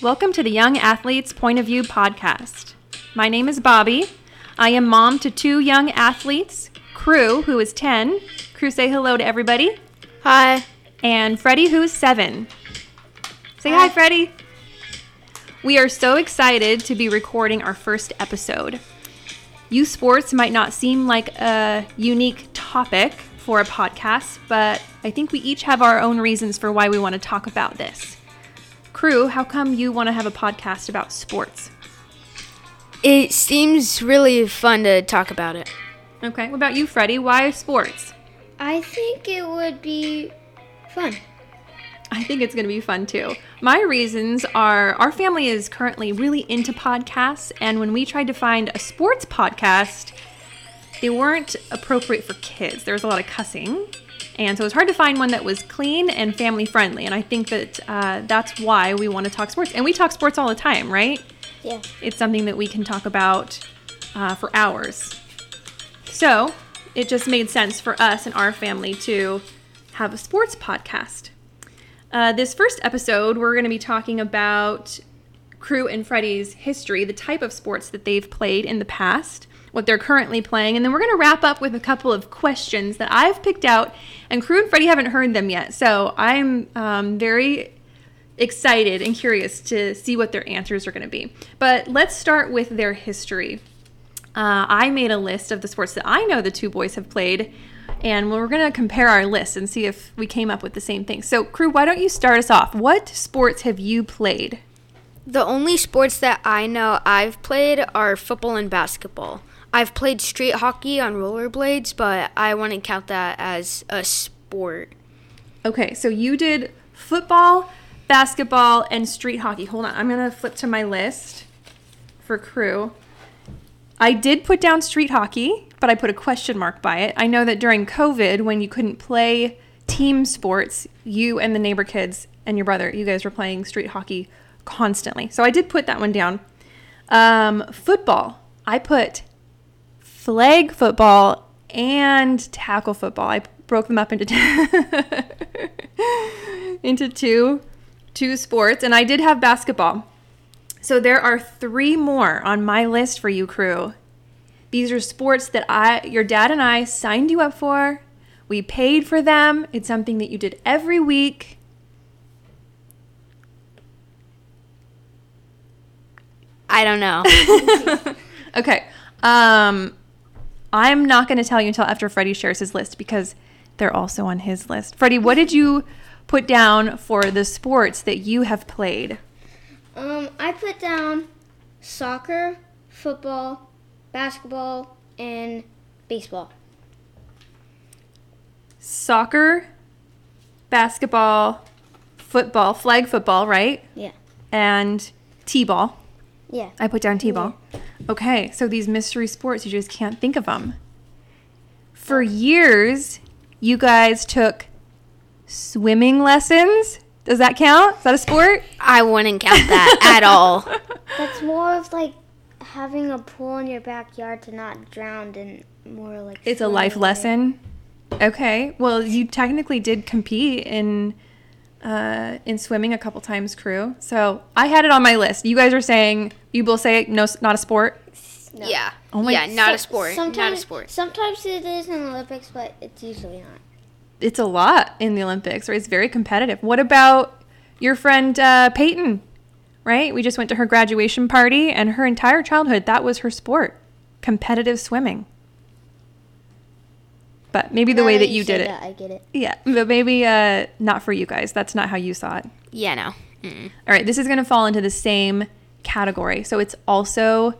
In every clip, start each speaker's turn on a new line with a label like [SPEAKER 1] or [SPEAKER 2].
[SPEAKER 1] Welcome to the Young Athletes Point of View podcast. My name is Bobby. I am mom to two young athletes, Crew, who is 10. Crew, say hello to everybody.
[SPEAKER 2] Hi.
[SPEAKER 1] And Freddie, who is 7. Say hi,
[SPEAKER 2] Hi.
[SPEAKER 1] Freddie. We are so excited to be recording our first episode. Youth sports might not seem like a unique topic for a podcast, but I think we each have our own reasons for why we want to talk about this. Crew, how come you want to have a podcast about sports?
[SPEAKER 2] It seems really fun to talk about it.
[SPEAKER 1] Okay, what about you, Freddie? Why sports?
[SPEAKER 3] I think it would be fun.
[SPEAKER 1] I think it's going to be fun too. My reasons are our family is currently really into podcasts, and when we tried to find a sports podcast, they weren't appropriate for kids. There was a lot of cussing, and so it was hard to find one that was clean and family friendly. And I think that uh, that's why we want to talk sports, and we talk sports all the time, right?
[SPEAKER 3] Yeah.
[SPEAKER 1] It's something that we can talk about uh, for hours. So it just made sense for us and our family to have a sports podcast. Uh, this first episode, we're going to be talking about Crew and Freddie's history, the type of sports that they've played in the past, what they're currently playing, and then we're going to wrap up with a couple of questions that I've picked out. And Crew and Freddie haven't heard them yet, so I'm um, very excited and curious to see what their answers are going to be. But let's start with their history. Uh, I made a list of the sports that I know the two boys have played, and we're going to compare our lists and see if we came up with the same thing. So, crew, why don't you start us off? What sports have you played?
[SPEAKER 2] The only sports that I know I've played are football and basketball. I've played street hockey on rollerblades, but I wouldn't count that as a sport.
[SPEAKER 1] Okay, so you did football, basketball, and street hockey. Hold on, I'm gonna flip to my list for crew. I did put down street hockey, but I put a question mark by it. I know that during COVID, when you couldn't play team sports, you and the neighbor kids and your brother, you guys were playing street hockey constantly. So I did put that one down. Um, football, I put flag football and tackle football. I broke them up into into two two sports and I did have basketball. So there are three more on my list for you crew. These are sports that I your dad and I signed you up for. We paid for them. It's something that you did every week.
[SPEAKER 2] I don't know.
[SPEAKER 1] Okay. Um, I'm not going to tell you until after Freddie shares his list because they're also on his list. Freddie, what did you put down for the sports that you have played?
[SPEAKER 3] Um, I put down soccer, football, basketball, and baseball.
[SPEAKER 1] Soccer, basketball, football, flag football, right?
[SPEAKER 3] Yeah.
[SPEAKER 1] And t-ball.
[SPEAKER 3] Yeah.
[SPEAKER 1] I put down T-ball. Okay, so these mystery sports, you just can't think of them. For years, you guys took swimming lessons. Does that count? Is that a sport?
[SPEAKER 2] I wouldn't count that at all.
[SPEAKER 3] That's more of like having a pool in your backyard to not drown and more like
[SPEAKER 1] It's a life lesson. Okay. Well, you technically did compete in uh, in swimming a couple times, crew. So I had it on my list. You guys are saying you both say no, s- not a sport.
[SPEAKER 2] Yeah.
[SPEAKER 1] Oh my-
[SPEAKER 2] yeah, not a
[SPEAKER 3] So-
[SPEAKER 2] sport.
[SPEAKER 3] Sometimes,
[SPEAKER 2] Not a sport.
[SPEAKER 3] Sometimes it is in the Olympics, but it's usually not.
[SPEAKER 1] It's a lot in the Olympics, right? It's very competitive. What about your friend uh, Peyton? Right? We just went to her graduation party, and her entire childhood that was her sport, competitive swimming. But maybe the
[SPEAKER 3] Now
[SPEAKER 1] way that you
[SPEAKER 3] said
[SPEAKER 1] did it,
[SPEAKER 3] that, I get it.
[SPEAKER 1] yeah. But maybe uh, not for you guys. That's not how you saw it.
[SPEAKER 2] Yeah, no. Mm-mm.
[SPEAKER 1] All right, this is going to fall into the same category. So it's also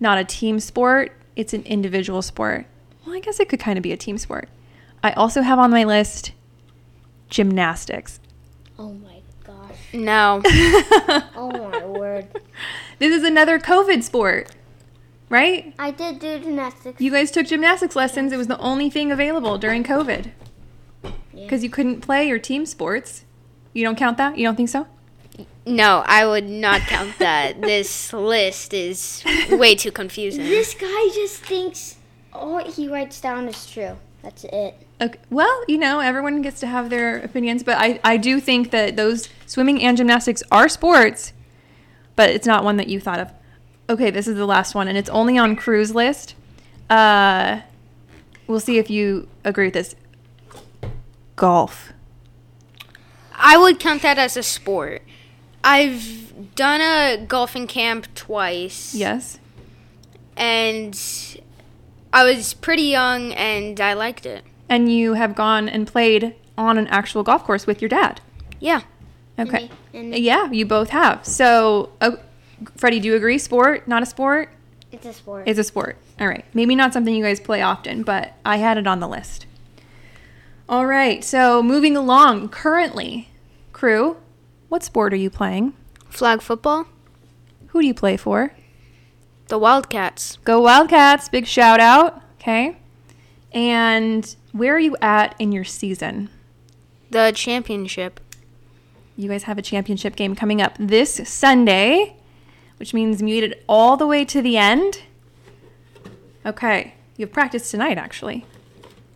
[SPEAKER 1] not a team sport, it's an individual sport. Well, I guess it could kind of be a team sport. I also have on my list gymnastics.
[SPEAKER 3] Oh my gosh.
[SPEAKER 2] No.
[SPEAKER 3] Oh my word.
[SPEAKER 1] This is another COVID sport, right?
[SPEAKER 3] I did do gymnastics.
[SPEAKER 1] You guys took gymnastics lessons. It was the only thing available during COVID because you couldn't play your team sports. You don't count that? You don't think so?
[SPEAKER 2] No, I would not count that. this list is way too confusing.
[SPEAKER 3] This guy just thinks all he writes down is true. That's it.
[SPEAKER 1] Okay. Well, you know, everyone gets to have their opinions, but I, I do think that those swimming and gymnastics are sports. but it's not one that you thought of. Okay, this is the last one, and it's only on Crew's list. Uh, we'll see if you agree with this. Golf.
[SPEAKER 2] I would count that as a sport. I've done a golfing camp twice.
[SPEAKER 1] Yes.
[SPEAKER 2] And I was pretty young and I liked it.
[SPEAKER 1] And you have gone and played on an actual golf course with your dad.
[SPEAKER 2] Yeah.
[SPEAKER 1] Okay.
[SPEAKER 3] And
[SPEAKER 1] Yeah, you both have. So, uh, Freddie, do you agree? Sport, not a sport?
[SPEAKER 3] it's a sport.
[SPEAKER 1] It's a sport. All right. Maybe not something you guys play often, but I had it on the list. All right. So, moving along, currently, crew, what sport are you playing?
[SPEAKER 2] Flag football?
[SPEAKER 1] Who do you play for?
[SPEAKER 2] The Wildcats.
[SPEAKER 1] Go Wildcats. Big shout out. Okay. And where are you at in your season?
[SPEAKER 2] The championship.
[SPEAKER 1] You guys have a championship game coming up this Sunday, which means muted all the way to the end. Okay. You have practice tonight, actually.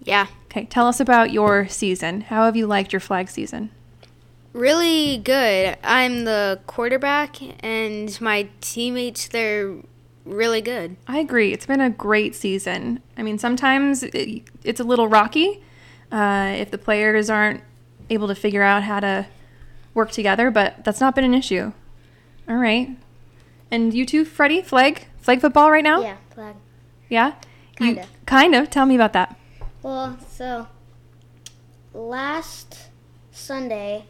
[SPEAKER 2] Yeah.
[SPEAKER 1] Okay, tell us about your season. How have you liked your flag season?
[SPEAKER 2] Really good. I'm the quarterback and my teammates they're really good.
[SPEAKER 1] I agree. It's been a great season. I mean, sometimes it, it's a little rocky uh, if the players aren't able to figure out how to work together, but that's not been an issue. All right. And you too, Freddie? Flag? Flag football right now?
[SPEAKER 3] yeah, flag.
[SPEAKER 1] Yeah? You-
[SPEAKER 3] Kinda.
[SPEAKER 1] kind of. Tell me about that.
[SPEAKER 3] Well, so last Sunday,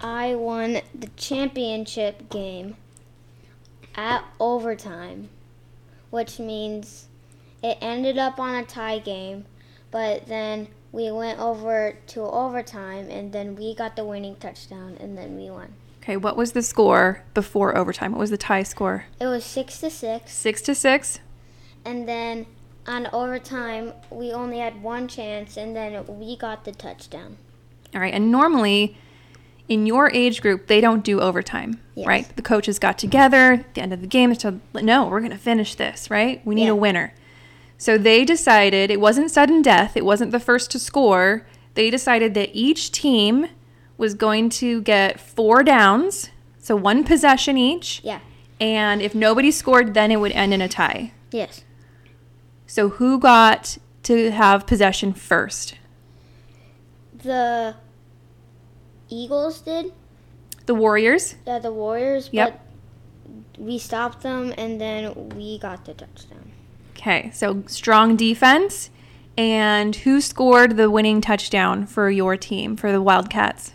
[SPEAKER 3] I won the championship game at overtime, which means it ended up on a tie game, but then we went over to overtime and then we got the winning touchdown and then we won.
[SPEAKER 1] Okay, what was the score before overtime? What was the tie score?
[SPEAKER 3] It was 6 to 6
[SPEAKER 1] Six to six?
[SPEAKER 3] and then on overtime we only had one chance and then we got the touchdown.
[SPEAKER 1] All right. And normally in your age group, they don't do overtime,
[SPEAKER 3] Yes.
[SPEAKER 1] right? The coaches got together at the end of the game and said, no, we're going to finish this, right? We need
[SPEAKER 3] Yeah.
[SPEAKER 1] a winner. So they decided it wasn't sudden death, it wasn't the first to score. They decided that each team was going to get four downs, so one possession each.
[SPEAKER 3] Yeah.
[SPEAKER 1] And if nobody scored, then it would end in a tie.
[SPEAKER 3] Yes.
[SPEAKER 1] So who got to have possession first?
[SPEAKER 3] the Eagles did,
[SPEAKER 1] The Warriors?
[SPEAKER 3] uh, the Warriors,
[SPEAKER 1] Yep.
[SPEAKER 3] but we stopped them and then we got the touchdown.
[SPEAKER 1] Okay, so strong defense. And who scored the winning touchdown for your team, for the Wildcats?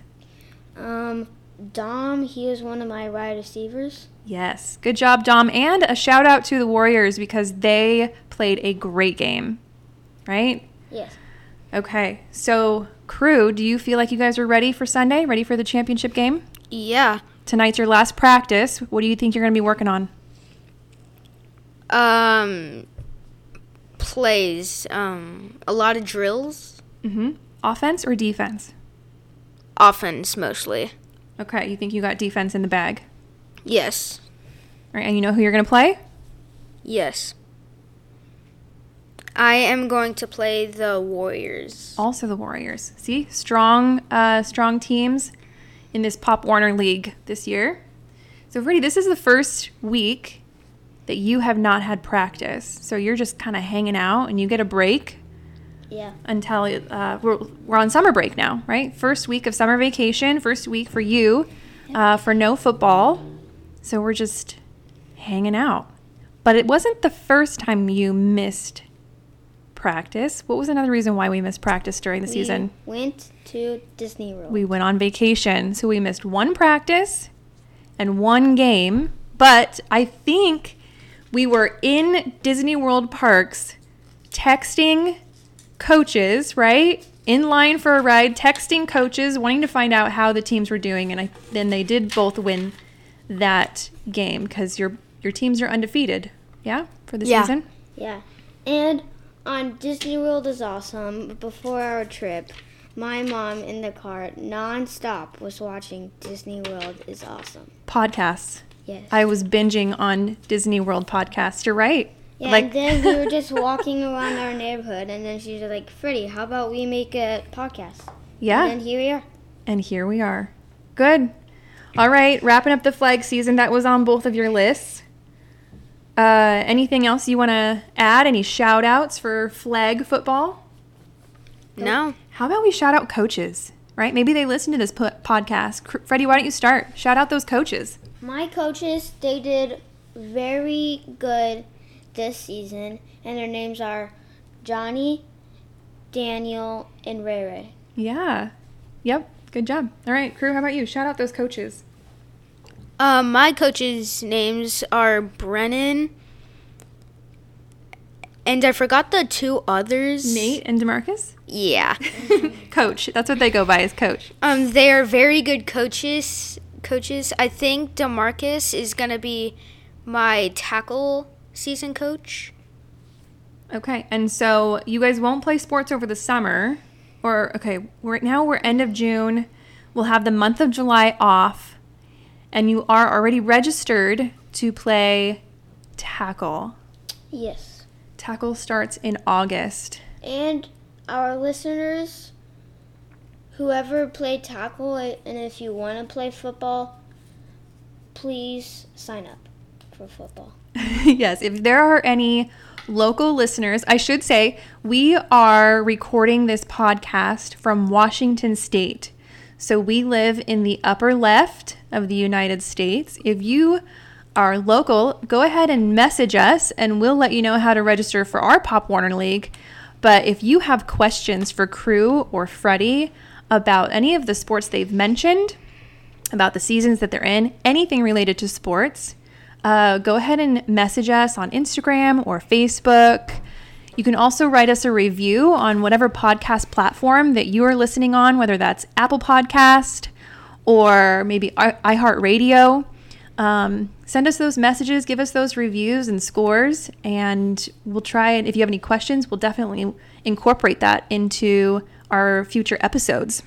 [SPEAKER 3] Um, Dom, he was one of my wide receivers.
[SPEAKER 1] Yes, good job, Dom. And a shout out to the Warriors because they played a great game, right?
[SPEAKER 3] Yes.
[SPEAKER 1] Okay, so crew, do you feel like you guys are ready for Sunday? Ready for the championship game?
[SPEAKER 2] Yeah.
[SPEAKER 1] Tonight's your last practice. What do you think you're going to be working on?
[SPEAKER 2] Um plays um a lot of drills,
[SPEAKER 1] hmm Offense or defense?
[SPEAKER 2] offense mostly.
[SPEAKER 1] Okay, you think you got defense in the bag,
[SPEAKER 2] Yes.
[SPEAKER 1] right? And you know who you're going to play?
[SPEAKER 2] Yes. I am going to play the Warriors.
[SPEAKER 1] also the Warriors. See, strong, uh, strong teams in this Pop Warner League this year. So, Freddie, this is the first week that you have not had practice. So you're just kind of hanging out, and you get a break
[SPEAKER 3] Yeah.
[SPEAKER 1] until uh, we're, we're on summer break now, right? First week of summer vacation, first week for you uh, for no football. So we're just hanging out. But it wasn't the first time you missed practice. What was another reason why we missed practice during the season?
[SPEAKER 3] We went to Disney World.
[SPEAKER 1] We went on vacation, so we missed one practice and one game. But I think we were in Disney World parks texting coaches, right? In line for a ride, texting coaches, wanting to find out how the teams were doing. And I, then they did both win that game because your, your teams are undefeated, yeah, for the
[SPEAKER 2] Yeah.
[SPEAKER 1] season?
[SPEAKER 3] yeah. And on Disney World is awesome. Before our trip, my mom in the car nonstop was watching Disney World is awesome.
[SPEAKER 1] Podcasts.
[SPEAKER 3] Yes.
[SPEAKER 1] I was binging on Disney World podcasts. You're right.
[SPEAKER 3] Yeah, and then we were just walking around our neighborhood, and then she was like, Freddie, how about we make a podcast?
[SPEAKER 1] yeah.
[SPEAKER 3] And then here we are.
[SPEAKER 1] And here we are. Good. All right, wrapping up the flag season, that was on both of your lists. Uh, anything else you want to add? Any shout outs for flag football?
[SPEAKER 2] No.
[SPEAKER 1] How about we shout out coaches, right? Maybe they listen to this po- podcast. Cr- Freddie, why don't you start? Shout out those coaches.
[SPEAKER 3] My coaches, they did very good this season, and their names are Johnny, Daniel, and Ray Ray.
[SPEAKER 1] Yeah. Yep. Good job. All right, crew, how about you? Shout out those coaches.
[SPEAKER 2] Uh, my coaches' names are Brennan, and I forgot the two others.
[SPEAKER 1] Nate and Demarcus?
[SPEAKER 2] Yeah.
[SPEAKER 1] coach. That's what they go by is coach.
[SPEAKER 2] Um, they are very good coaches. Coaches, I think Demarcus is gonna be my tackle season coach.
[SPEAKER 1] Okay. And so you guys won't play sports over the summer. Or, okay, right now we're end of June. We'll have the month of July off. And you are already registered to play tackle.
[SPEAKER 3] Yes.
[SPEAKER 1] Tackle starts in August.
[SPEAKER 3] And our listeners, whoever played tackle, and if you want to play football, please sign up for football.
[SPEAKER 1] yes, if there are any local listeners, I should say we are recording this podcast from Washington State. So we live in the upper left of the United States. If you are local, go ahead and message us and we'll let you know how to register for our Pop Warner League. But if you have questions for Crew or Freddie about any of the sports they've mentioned, about the seasons that they're in, anything related to sports, uh, go ahead and message us on Instagram or Facebook. You can also write us a review on whatever podcast platform that you are listening on, whether that's Apple Podcast or maybe i- iHeartRadio. Um, send us those messages, give us those reviews and scores, and we'll try and if you have any questions, we'll definitely incorporate that into our future episodes.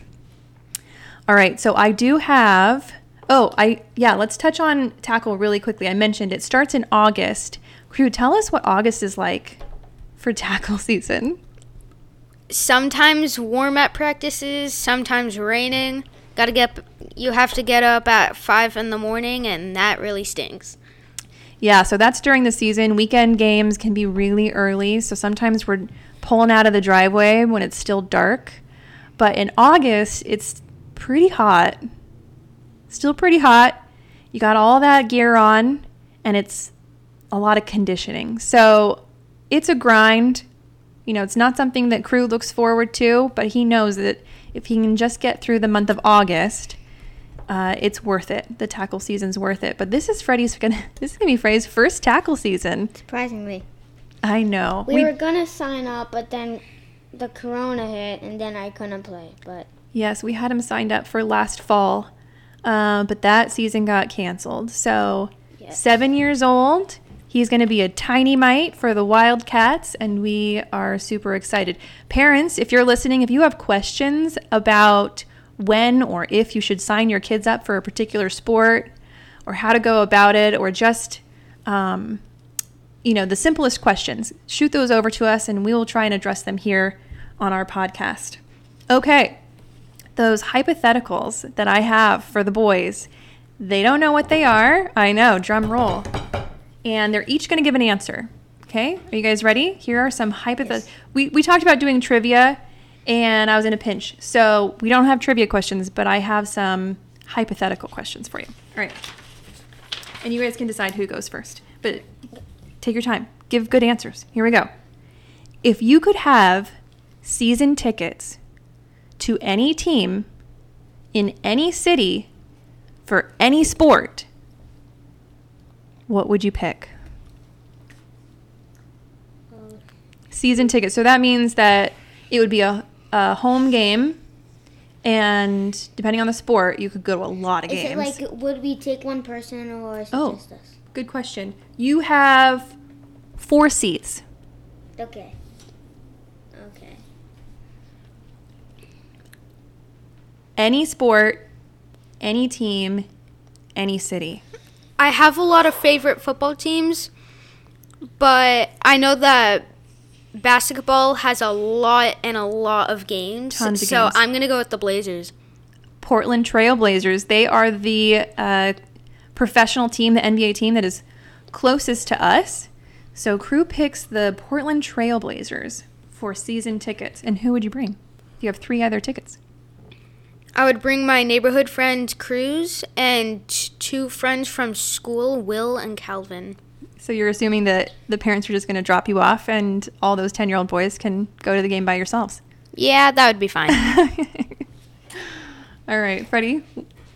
[SPEAKER 1] All right, so I do have. Oh, I yeah. Let's touch on tackle really quickly. I mentioned it starts in August. Crew, tell us what August is like for tackle season.
[SPEAKER 2] Sometimes warm at practices, sometimes raining. Gotta get. You have to get up at five in the morning, and that really stinks.
[SPEAKER 1] Yeah, so that's during the season. Weekend games can be really early, so sometimes we're pulling out of the driveway when it's still dark. But in August, it's pretty hot. Still pretty hot. You got all that gear on, and it's a lot of conditioning. So it's a grind. You know, it's not something that crew looks forward to, but he knows that if he can just get through the month of August, uh, it's worth it. The tackle season's worth it. But this is Freddie's gonna. This is gonna be Freddie's first tackle season.
[SPEAKER 3] Surprisingly.
[SPEAKER 1] I know.
[SPEAKER 3] We, were gonna sign up, but then the corona hit, and then I couldn't play. But
[SPEAKER 1] yes, we had him signed up for last fall, uh, but that season got canceled. So
[SPEAKER 3] Yes.
[SPEAKER 1] seven years old. He's going to be a tiny mite for the Wildcats, and we are super excited. Parents, if you're listening, if you have questions about when or if you should sign your kids up for a particular sport, or how to go about it, or just um, you know, the simplest questions. Shoot those over to us and we will try and address them here on our podcast. Okay. Those hypotheticals that I have for the boys, they don't know what they are. I know, drum roll. And they're each going to give an answer. Okay? Are you guys ready? Here are some hypotheticals. We, we talked about doing trivia and I was in a pinch. So we don't have trivia questions, but I have some hypothetical questions for you. All right. And you guys can decide who goes first. But Take your time. Give good answers. Here we go. If you could have season tickets to any team in any city for any sport, what would you pick? Season tickets. So that means that it would be a, a home game, and depending on the sport, you could go to a lot of
[SPEAKER 3] is
[SPEAKER 1] games.
[SPEAKER 3] it like would we take one person or is it
[SPEAKER 1] Oh.
[SPEAKER 3] just us?
[SPEAKER 1] good question. You have four seats.
[SPEAKER 3] Okay. Okay.
[SPEAKER 1] any sport, any team, any city.
[SPEAKER 2] I have a lot of favorite football teams, but I know that basketball has a lot and a lot of games.
[SPEAKER 1] Tons of
[SPEAKER 2] so
[SPEAKER 1] games.
[SPEAKER 2] I'm gonna go with the Blazers.
[SPEAKER 1] Portland Trailblazers. They are the uh, professional team, the NBA team that is closest to us. So crew picks the Portland Trailblazers for season tickets. And who would you bring? You have three other tickets.
[SPEAKER 2] I would bring my neighborhood friends Cruz and t- two friends from school, Will and Calvin.
[SPEAKER 1] So you're assuming that the parents are just going to drop you off and all those 10 year old boys can go to the game by yourselves.
[SPEAKER 2] Yeah, that would be fine.
[SPEAKER 1] All right, Freddie,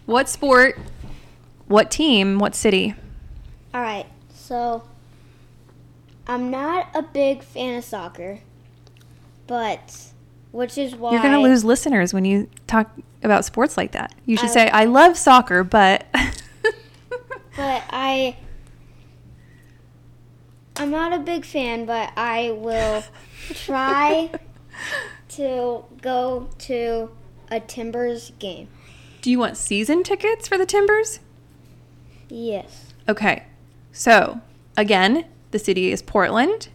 [SPEAKER 1] what sport, what team, what city?
[SPEAKER 3] All right, so I'm not a big fan of soccer, but which is why
[SPEAKER 1] You're going to lose listeners when you talk about sports like that. You should
[SPEAKER 3] I-
[SPEAKER 1] say, I love soccer, but.
[SPEAKER 3] But I, I'm not a big fan, but I will try to go to a Timbers game.
[SPEAKER 1] Do you want season tickets for the Timbers?
[SPEAKER 3] Yes.
[SPEAKER 1] Okay. So, again, the city is Portland.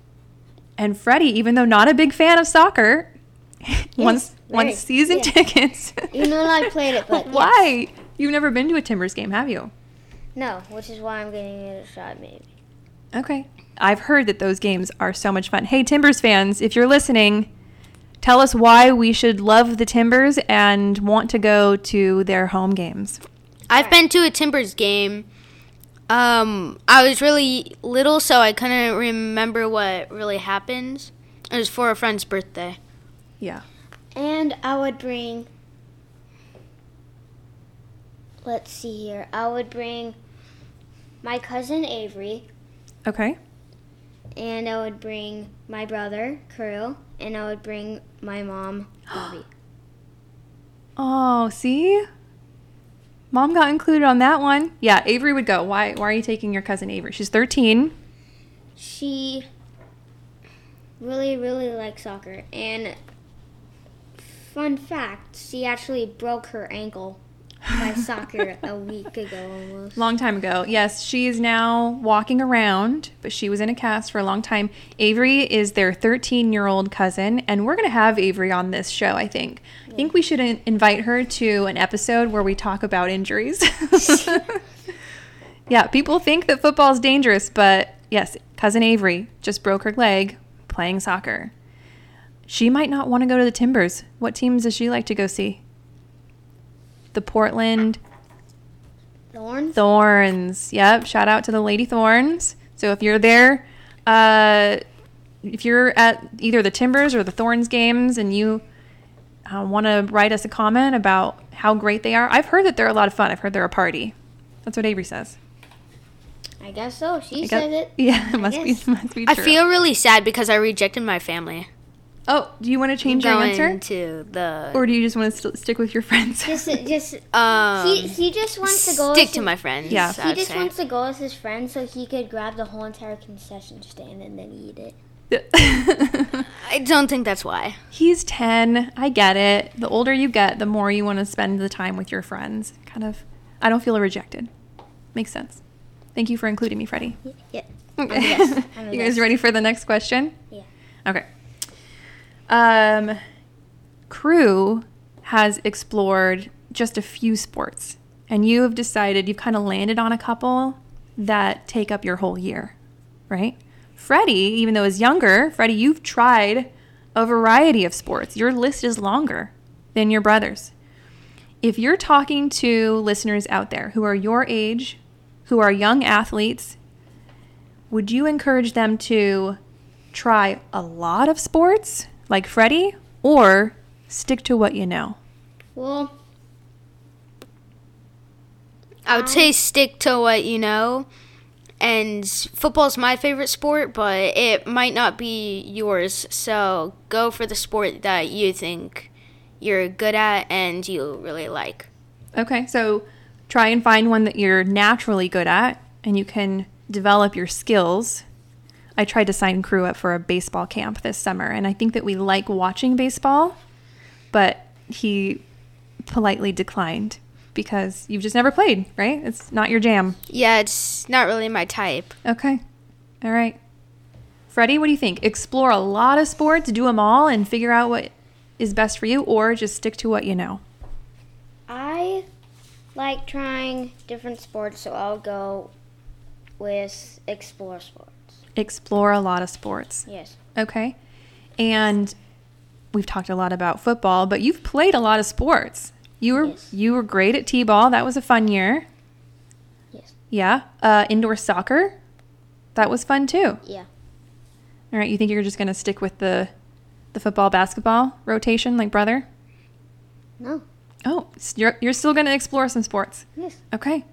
[SPEAKER 1] And Freddie, even though not a big fan of soccer, wants
[SPEAKER 3] very.
[SPEAKER 1] wants season
[SPEAKER 3] Yeah.
[SPEAKER 1] tickets.
[SPEAKER 3] Even though I played it, but yes.
[SPEAKER 1] why? You've never been to a Timbers game, have you?
[SPEAKER 3] No, which is why I'm getting it a shot, maybe.
[SPEAKER 1] Okay. I've heard that those games are so much fun. Hey, Timbers fans, if you're listening, tell us why we should love the Timbers and want to go to their home games.
[SPEAKER 2] I've been to a Timbers game. Um, I was really little, so I couldn't remember what really happened. It was for a friend's birthday.
[SPEAKER 1] Yeah.
[SPEAKER 3] And I would bring. Let's see here. I would bring my cousin Avery,
[SPEAKER 1] Okay.
[SPEAKER 3] and I would bring my brother Kirill, and I would bring my mom Bobby.
[SPEAKER 1] Oh, see? Mom got included on that one. Yeah, Avery would go. Why why are you taking your cousin Avery? She's 13.
[SPEAKER 3] she really really likes soccer and fun fact she actually broke her ankle by soccer a week ago almost
[SPEAKER 1] Long time ago. Yes, she is now walking around, but she was in a cast for a long time. Avery is their 13-year-old cousin, and we're going to have Avery on this show, I think. I think we should in- invite her to an episode where we talk about injuries. yeah, people think that football's dangerous, but yes, cousin Avery just broke her leg playing soccer. She might not want to go to the Timbers. What teams does she like to go see? The Portland
[SPEAKER 3] thorns
[SPEAKER 1] Thorns. Yep. Shout out to the Lady Thorns. So if you're there, uh, if you're at either the Timbers or the Thorns games and you uh, want to write us a comment about how great they are, I've heard that they're a lot of fun. I've heard they're a party. That's what Avery says.
[SPEAKER 3] i guess so she
[SPEAKER 1] I guess-
[SPEAKER 3] said it
[SPEAKER 1] Yeah, it must be
[SPEAKER 3] guess.
[SPEAKER 1] must be true.
[SPEAKER 2] I feel really sad because I rejected my family.
[SPEAKER 1] Oh, do you want to change your
[SPEAKER 2] going
[SPEAKER 1] answer,
[SPEAKER 2] to the
[SPEAKER 1] or do you just want to st- stick with your friends?
[SPEAKER 3] just just
[SPEAKER 2] um,
[SPEAKER 3] he, he just wants to go
[SPEAKER 2] stick
[SPEAKER 3] as
[SPEAKER 2] to
[SPEAKER 3] his-
[SPEAKER 2] my friends.
[SPEAKER 1] Yeah.
[SPEAKER 2] I
[SPEAKER 3] he
[SPEAKER 2] would
[SPEAKER 3] just
[SPEAKER 2] say.
[SPEAKER 3] wants to go as his friend so he could grab the whole entire concession stand and then eat it
[SPEAKER 2] I don't think that's why.
[SPEAKER 1] He's 10. I get it. The older you get, the more you want to spend the time with your friends. Kind of, I don't feel rejected. Makes sense. Thank you for including me, Freddie.
[SPEAKER 3] yeah
[SPEAKER 1] Okay.
[SPEAKER 3] I'm a
[SPEAKER 1] you guys ready for the next question?
[SPEAKER 3] yeah
[SPEAKER 1] Okay. Um, crew has explored just a few sports, and you have decided you've kind of landed on a couple that take up your whole year, right? Freddie, even though he's younger, Freddie, you've tried a variety of sports. Your list is longer than your brother's. If you're talking to listeners out there who are your age, who are young athletes, would you encourage them to try a lot of sports like Freddie or stick to what you know?
[SPEAKER 3] well
[SPEAKER 2] I would say stick to what you know. And football's my favorite sport, but it might not be yours. So go for the sport that you think you're good at and you really like.
[SPEAKER 1] Okay, so try and find one that you're naturally good at and you can develop your skills. I tried to sign crew up for a baseball camp this summer, and I think that we like watching baseball, but he politely declined because you've just never played, right? It's not your jam.
[SPEAKER 2] Yeah, it's not really my type.
[SPEAKER 1] Okay. All right. Freddie, what do you think? Explore a lot of sports, do them all, and figure out what is best for you, or just stick to what you know.
[SPEAKER 3] I I like trying different sports, so I'll go with explore sports.
[SPEAKER 1] Explore a lot of sports.
[SPEAKER 3] Yes.
[SPEAKER 1] Okay. And we've talked a lot about football, but you've played a lot of sports. You were
[SPEAKER 3] Yes.
[SPEAKER 1] you were great at t-ball. That was a fun year.
[SPEAKER 3] Yes.
[SPEAKER 1] Yeah. Uh, indoor soccer. That was fun too.
[SPEAKER 3] Yeah.
[SPEAKER 1] All right. You think you're just gonna stick with the the football basketball rotation, like brother?
[SPEAKER 3] No.
[SPEAKER 1] Oh, s- you're you're still gonna explore some sports.
[SPEAKER 3] Yes.
[SPEAKER 1] Okay.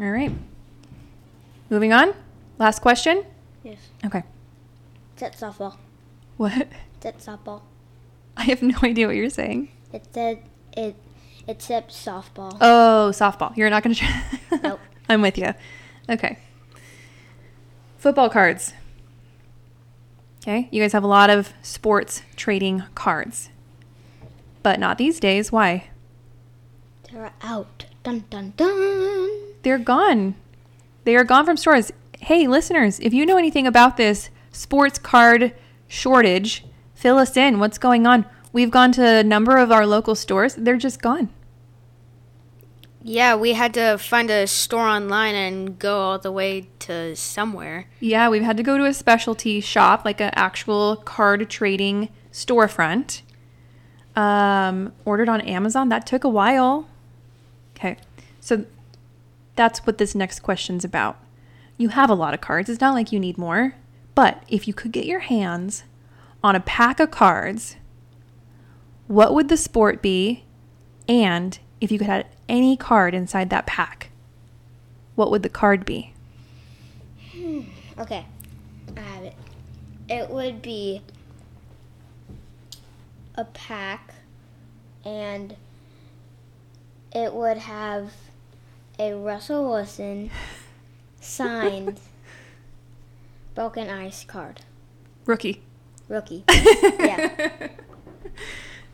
[SPEAKER 1] All right. Moving on. Last question.
[SPEAKER 3] Yes.
[SPEAKER 1] Okay.
[SPEAKER 3] It's at softball.
[SPEAKER 1] What?
[SPEAKER 3] It's at softball.
[SPEAKER 1] I have no idea what you're saying.
[SPEAKER 3] It said it. It's at softball.
[SPEAKER 1] Oh, softball. You're not going to try.
[SPEAKER 3] Nope.
[SPEAKER 1] I'm with you. Okay. Football cards. Okay. You guys have a lot of sports trading cards. But not these days. Why?
[SPEAKER 3] They're out. Dun dun dun.
[SPEAKER 1] They're gone. They are gone from stores. Hey, listeners, if you know anything about this sports card shortage, fill us in. What's going on? We've gone to a number of our local stores. They're just gone.
[SPEAKER 2] Yeah, we had to find a store online and go all the way to somewhere.
[SPEAKER 1] Yeah, we've had to go to a specialty shop, like an actual card trading storefront. Um, ordered on Amazon. That took a while. Okay, so that's what this next question's about. You have a lot of cards. It's not like you need more. But if you could get your hands on a pack of cards, what would the sport be? And if you could have any card inside that pack, what would the card be?
[SPEAKER 3] Okay. I have it. It would be a pack and it would have a Russell Wilson signed broken ice card.
[SPEAKER 1] Rookie.
[SPEAKER 3] Rookie. Yeah.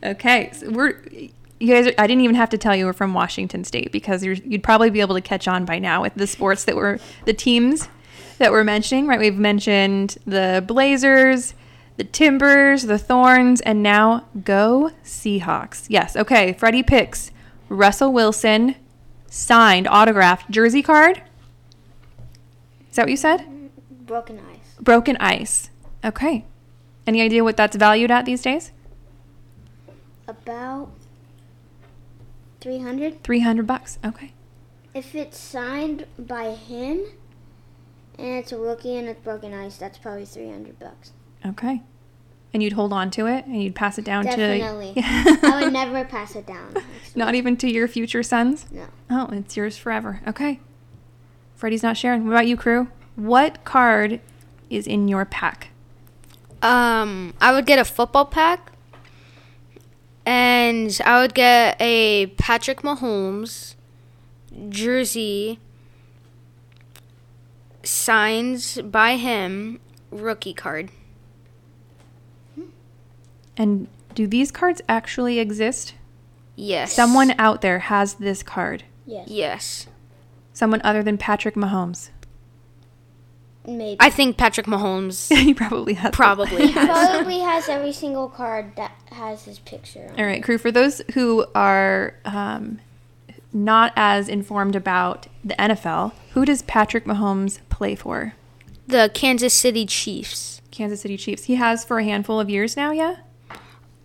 [SPEAKER 1] Okay, so we're you guys. Are, I didn't even have to tell you we're from Washington State because you're, you'd probably be able to catch on by now with the sports that were the teams that we're mentioning. Right, we've mentioned the Blazers, the Timbers, the Thorns, and now go Seahawks. Yes, okay. Freddie picks Russell Wilson signed autographed jersey card. Is that what you said?
[SPEAKER 3] broken ice.
[SPEAKER 1] Broken ice. Okay. Any idea what that's valued at these days?
[SPEAKER 3] About 300.
[SPEAKER 1] 300 bucks. Okay.
[SPEAKER 3] If it's signed by him and it's a rookie and it's broken ice, that's probably 300 bucks.
[SPEAKER 1] Okay. And you'd hold on to it and you'd pass it down
[SPEAKER 3] Definitely.
[SPEAKER 1] to
[SPEAKER 3] I would never pass it down.
[SPEAKER 1] Not even to your future sons?
[SPEAKER 3] No.
[SPEAKER 1] Oh, it's yours forever. Okay. Freddie's not sharing. What about you, crew? What card is in your pack?
[SPEAKER 2] Um, I would get a football pack, and I would get a Patrick Mahomes jersey signed by him rookie card.
[SPEAKER 1] And do these cards actually exist?
[SPEAKER 2] Yes.
[SPEAKER 1] Someone out there has this card.
[SPEAKER 3] Yes.
[SPEAKER 2] Yes.
[SPEAKER 1] Someone other than Patrick Mahomes.
[SPEAKER 3] Maybe.
[SPEAKER 2] I think Patrick Mahomes
[SPEAKER 1] he probably has.
[SPEAKER 2] probably has.
[SPEAKER 3] Probably has every single card that has his picture on it.
[SPEAKER 1] All right, crew. For those who are um, not as informed about the NFL, who does Patrick Mahomes play for?
[SPEAKER 2] The Kansas City Chiefs.
[SPEAKER 1] Kansas City Chiefs. He has for a handful of years now, yeah?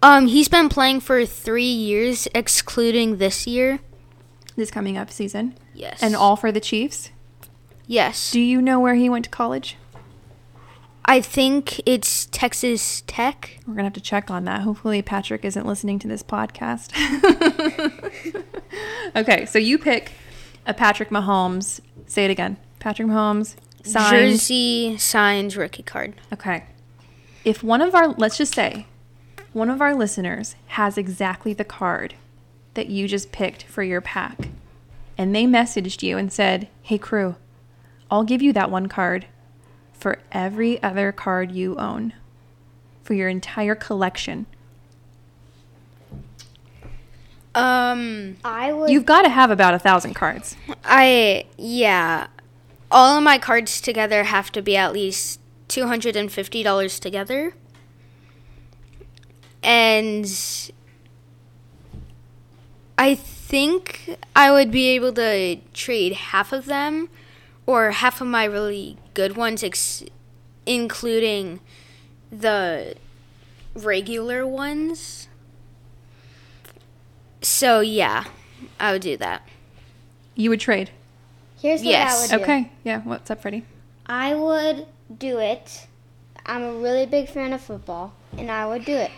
[SPEAKER 2] Um, he's been playing for three years, excluding this year.
[SPEAKER 1] This coming up season.
[SPEAKER 2] Yes.
[SPEAKER 1] And all for the Chiefs.
[SPEAKER 2] Yes.
[SPEAKER 1] Do you know where he went to college?
[SPEAKER 2] I think it's Texas Tech.
[SPEAKER 1] We're going to have to check on that. Hopefully, Patrick isn't listening to this podcast. okay, so you pick a Patrick Mahomes. Say it again. Patrick Mahomes. Signed.
[SPEAKER 2] Jersey signs rookie card.
[SPEAKER 1] Okay. If one of our, let's just say, one of our listeners has exactly the card that you just picked for your pack, and they messaged you and said, hey, crew, I'll give you that one card for every other card you own, for your entire collection.
[SPEAKER 2] Um,
[SPEAKER 3] I would.
[SPEAKER 1] You've got to have about a thousand cards.
[SPEAKER 2] I yeah, all of my cards together have to be at least two hundred and fifty dollars together, and I think I would be able to trade half of them or half of my really good ones, ex- including the regular ones. So, yeah, I would do that.
[SPEAKER 1] You would trade.
[SPEAKER 3] Here's what
[SPEAKER 2] Yes.
[SPEAKER 3] I would do.
[SPEAKER 1] Okay. Yeah. What's up, Freddie?
[SPEAKER 3] I would do it. I'm a really big fan of football, and I would do it.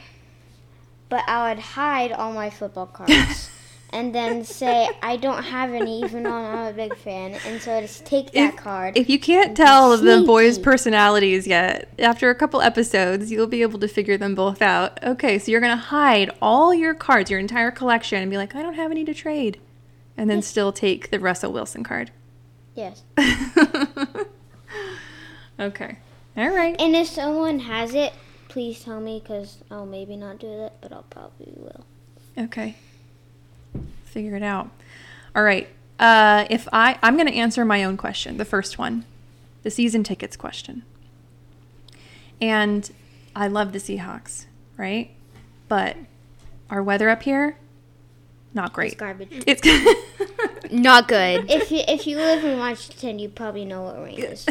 [SPEAKER 3] But I would hide all my football cards and then say I don't have any, even though I'm a big fan. And so just take that card.
[SPEAKER 1] If you can't tell the boys'
[SPEAKER 3] Sneaky.
[SPEAKER 1] personalities yet, after a couple episodes, you'll be able to figure them both out. Okay, so you're going to hide all your cards, your entire collection, and be like, I don't have any to trade. And then still take the Russell Wilson card.
[SPEAKER 3] yes.
[SPEAKER 1] okay. All right.
[SPEAKER 3] And if someone has it, please tell me, cause I'll maybe not do that, but I'll probably will.
[SPEAKER 1] Okay. Figure it out. All right. Uh, if I, I'm going to answer my own question, the first one, the season tickets question. And I love the Seahawks, right? But our weather up here, not
[SPEAKER 3] It's
[SPEAKER 1] great.
[SPEAKER 3] garbage.
[SPEAKER 1] It's
[SPEAKER 2] Not good.
[SPEAKER 3] if you if you live in Washington, you probably know what rain is.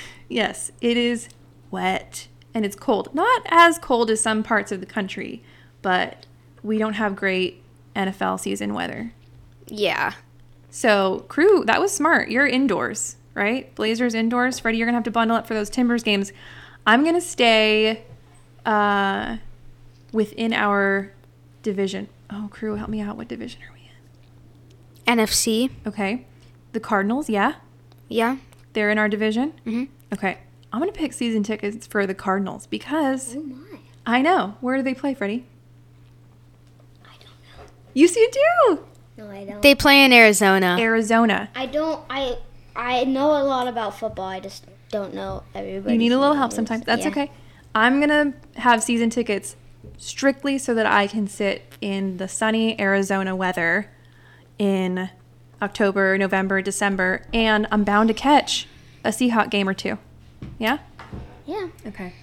[SPEAKER 1] yes, it is wet and it's cold. Not as cold as some parts of the country, but we don't have great NFL season weather.
[SPEAKER 2] yeah.
[SPEAKER 1] So, crew, that was smart. You're indoors, right? Blazers indoors. Freddie, you're gonna have to bundle up for those Timbers games. I'm gonna stay uh, within our division. Oh, crew, help me out. What division are we in?
[SPEAKER 2] NFC.
[SPEAKER 1] Okay, the Cardinals. Yeah,
[SPEAKER 2] Yeah.
[SPEAKER 1] they're in our division. Mm-hmm. Okay, I'm gonna pick season tickets for the Cardinals because
[SPEAKER 3] Oh my!
[SPEAKER 1] I know where do they play, Freddie?
[SPEAKER 3] I don't
[SPEAKER 1] You see it too.
[SPEAKER 3] know. No, I don't.
[SPEAKER 2] They play in Arizona.
[SPEAKER 1] Arizona.
[SPEAKER 3] I don't. I I know a lot about football. I just don't know everybody.
[SPEAKER 1] You need a little help sometimes. That's okay. I'm going to have season tickets strictly so that I can sit in the sunny Arizona weather in October, November, December, and I'm bound to catch a Seahawk game or two. Yeah?
[SPEAKER 3] Yeah.
[SPEAKER 1] Okay.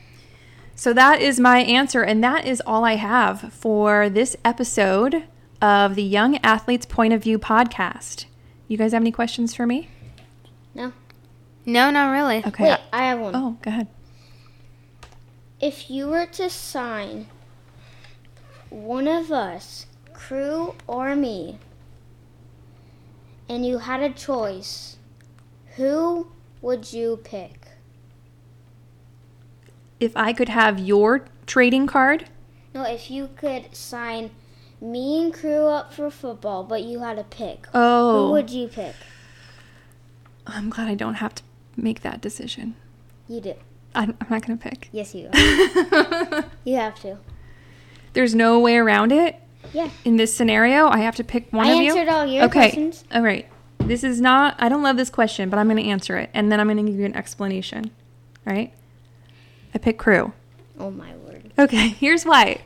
[SPEAKER 1] So that is my answer, and that is all I have for this episode of the Young Athletes Point of View podcast. You guys have any questions for me?
[SPEAKER 3] No.
[SPEAKER 2] No, not really.
[SPEAKER 1] Okay.
[SPEAKER 3] Wait, I have one.
[SPEAKER 1] Oh, go ahead.
[SPEAKER 3] If you were to sign one of us, crew or me, and you had a choice, who would you pick?
[SPEAKER 1] If I could have your trading card,
[SPEAKER 3] No, if you could sign me and crew up for football, but you had a pick,
[SPEAKER 1] Oh,
[SPEAKER 3] who would you pick?
[SPEAKER 1] I'm glad I don't have to make that decision.
[SPEAKER 3] You do.
[SPEAKER 1] I'm, I'm not going to pick.
[SPEAKER 3] Yes, you. Are. you have to.
[SPEAKER 1] There's no way around it.
[SPEAKER 3] Yeah.
[SPEAKER 1] In this scenario, I have to pick one
[SPEAKER 3] I
[SPEAKER 1] of you.
[SPEAKER 3] answered all your
[SPEAKER 1] okay.
[SPEAKER 3] questions.
[SPEAKER 1] All right. This is not, I don't love this question, but I'm going to answer it. And then I'm going to give you an explanation. All right. I pick crew.
[SPEAKER 3] Oh my word.
[SPEAKER 1] Okay. Here's why.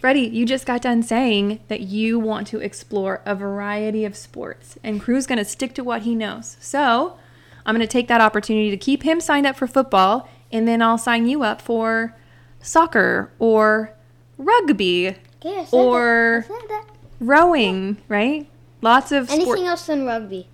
[SPEAKER 1] Freddie, you just got done saying that you want to explore a variety of sports, and Crew's going to stick to what he knows. So I'm going to take that opportunity to keep him signed up for football, and then I'll sign you up for soccer or rugby,
[SPEAKER 3] Okay, I said
[SPEAKER 1] Or-
[SPEAKER 3] that. I said that.
[SPEAKER 1] rowing, right? Lots of
[SPEAKER 3] anything
[SPEAKER 1] sports.
[SPEAKER 3] else than rugby.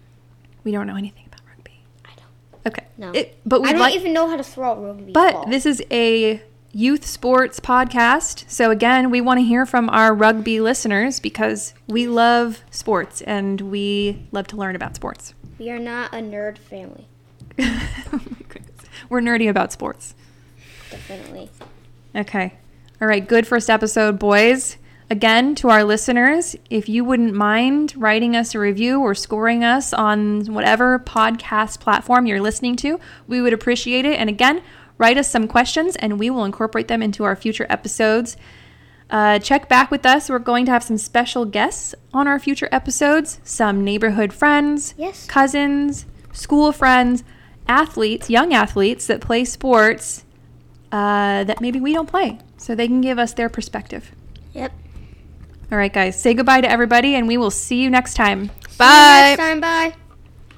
[SPEAKER 1] We don't know anything about rugby.
[SPEAKER 3] I don't.
[SPEAKER 1] Okay.
[SPEAKER 3] No.
[SPEAKER 1] It- but we
[SPEAKER 3] I don't
[SPEAKER 1] like.
[SPEAKER 3] even know how to throw a rugby ball.
[SPEAKER 1] But this is a youth sports podcast. So, again, we want to hear from our rugby listeners because we love sports and we love to learn about sports.
[SPEAKER 3] we are not a nerd family,
[SPEAKER 1] We're nerdy about sports.
[SPEAKER 3] definitely.
[SPEAKER 1] Okay. All right. Good first episode, boys. Again, to our listeners, if you wouldn't mind writing us a review or scoring us on whatever podcast platform you're listening to, we would appreciate it. And again, write us some questions and we will incorporate them into our future episodes. Uh, check back with us. We're going to have some special guests on our future episodes, some neighborhood friends,
[SPEAKER 3] Yes.
[SPEAKER 1] cousins, school friends, athletes, young athletes that play sports uh, that maybe we don't play, so they can give us their perspective.
[SPEAKER 3] Yep.
[SPEAKER 1] All right, guys, say goodbye to everybody, and we will see you next time.
[SPEAKER 3] Bye. Next time, bye.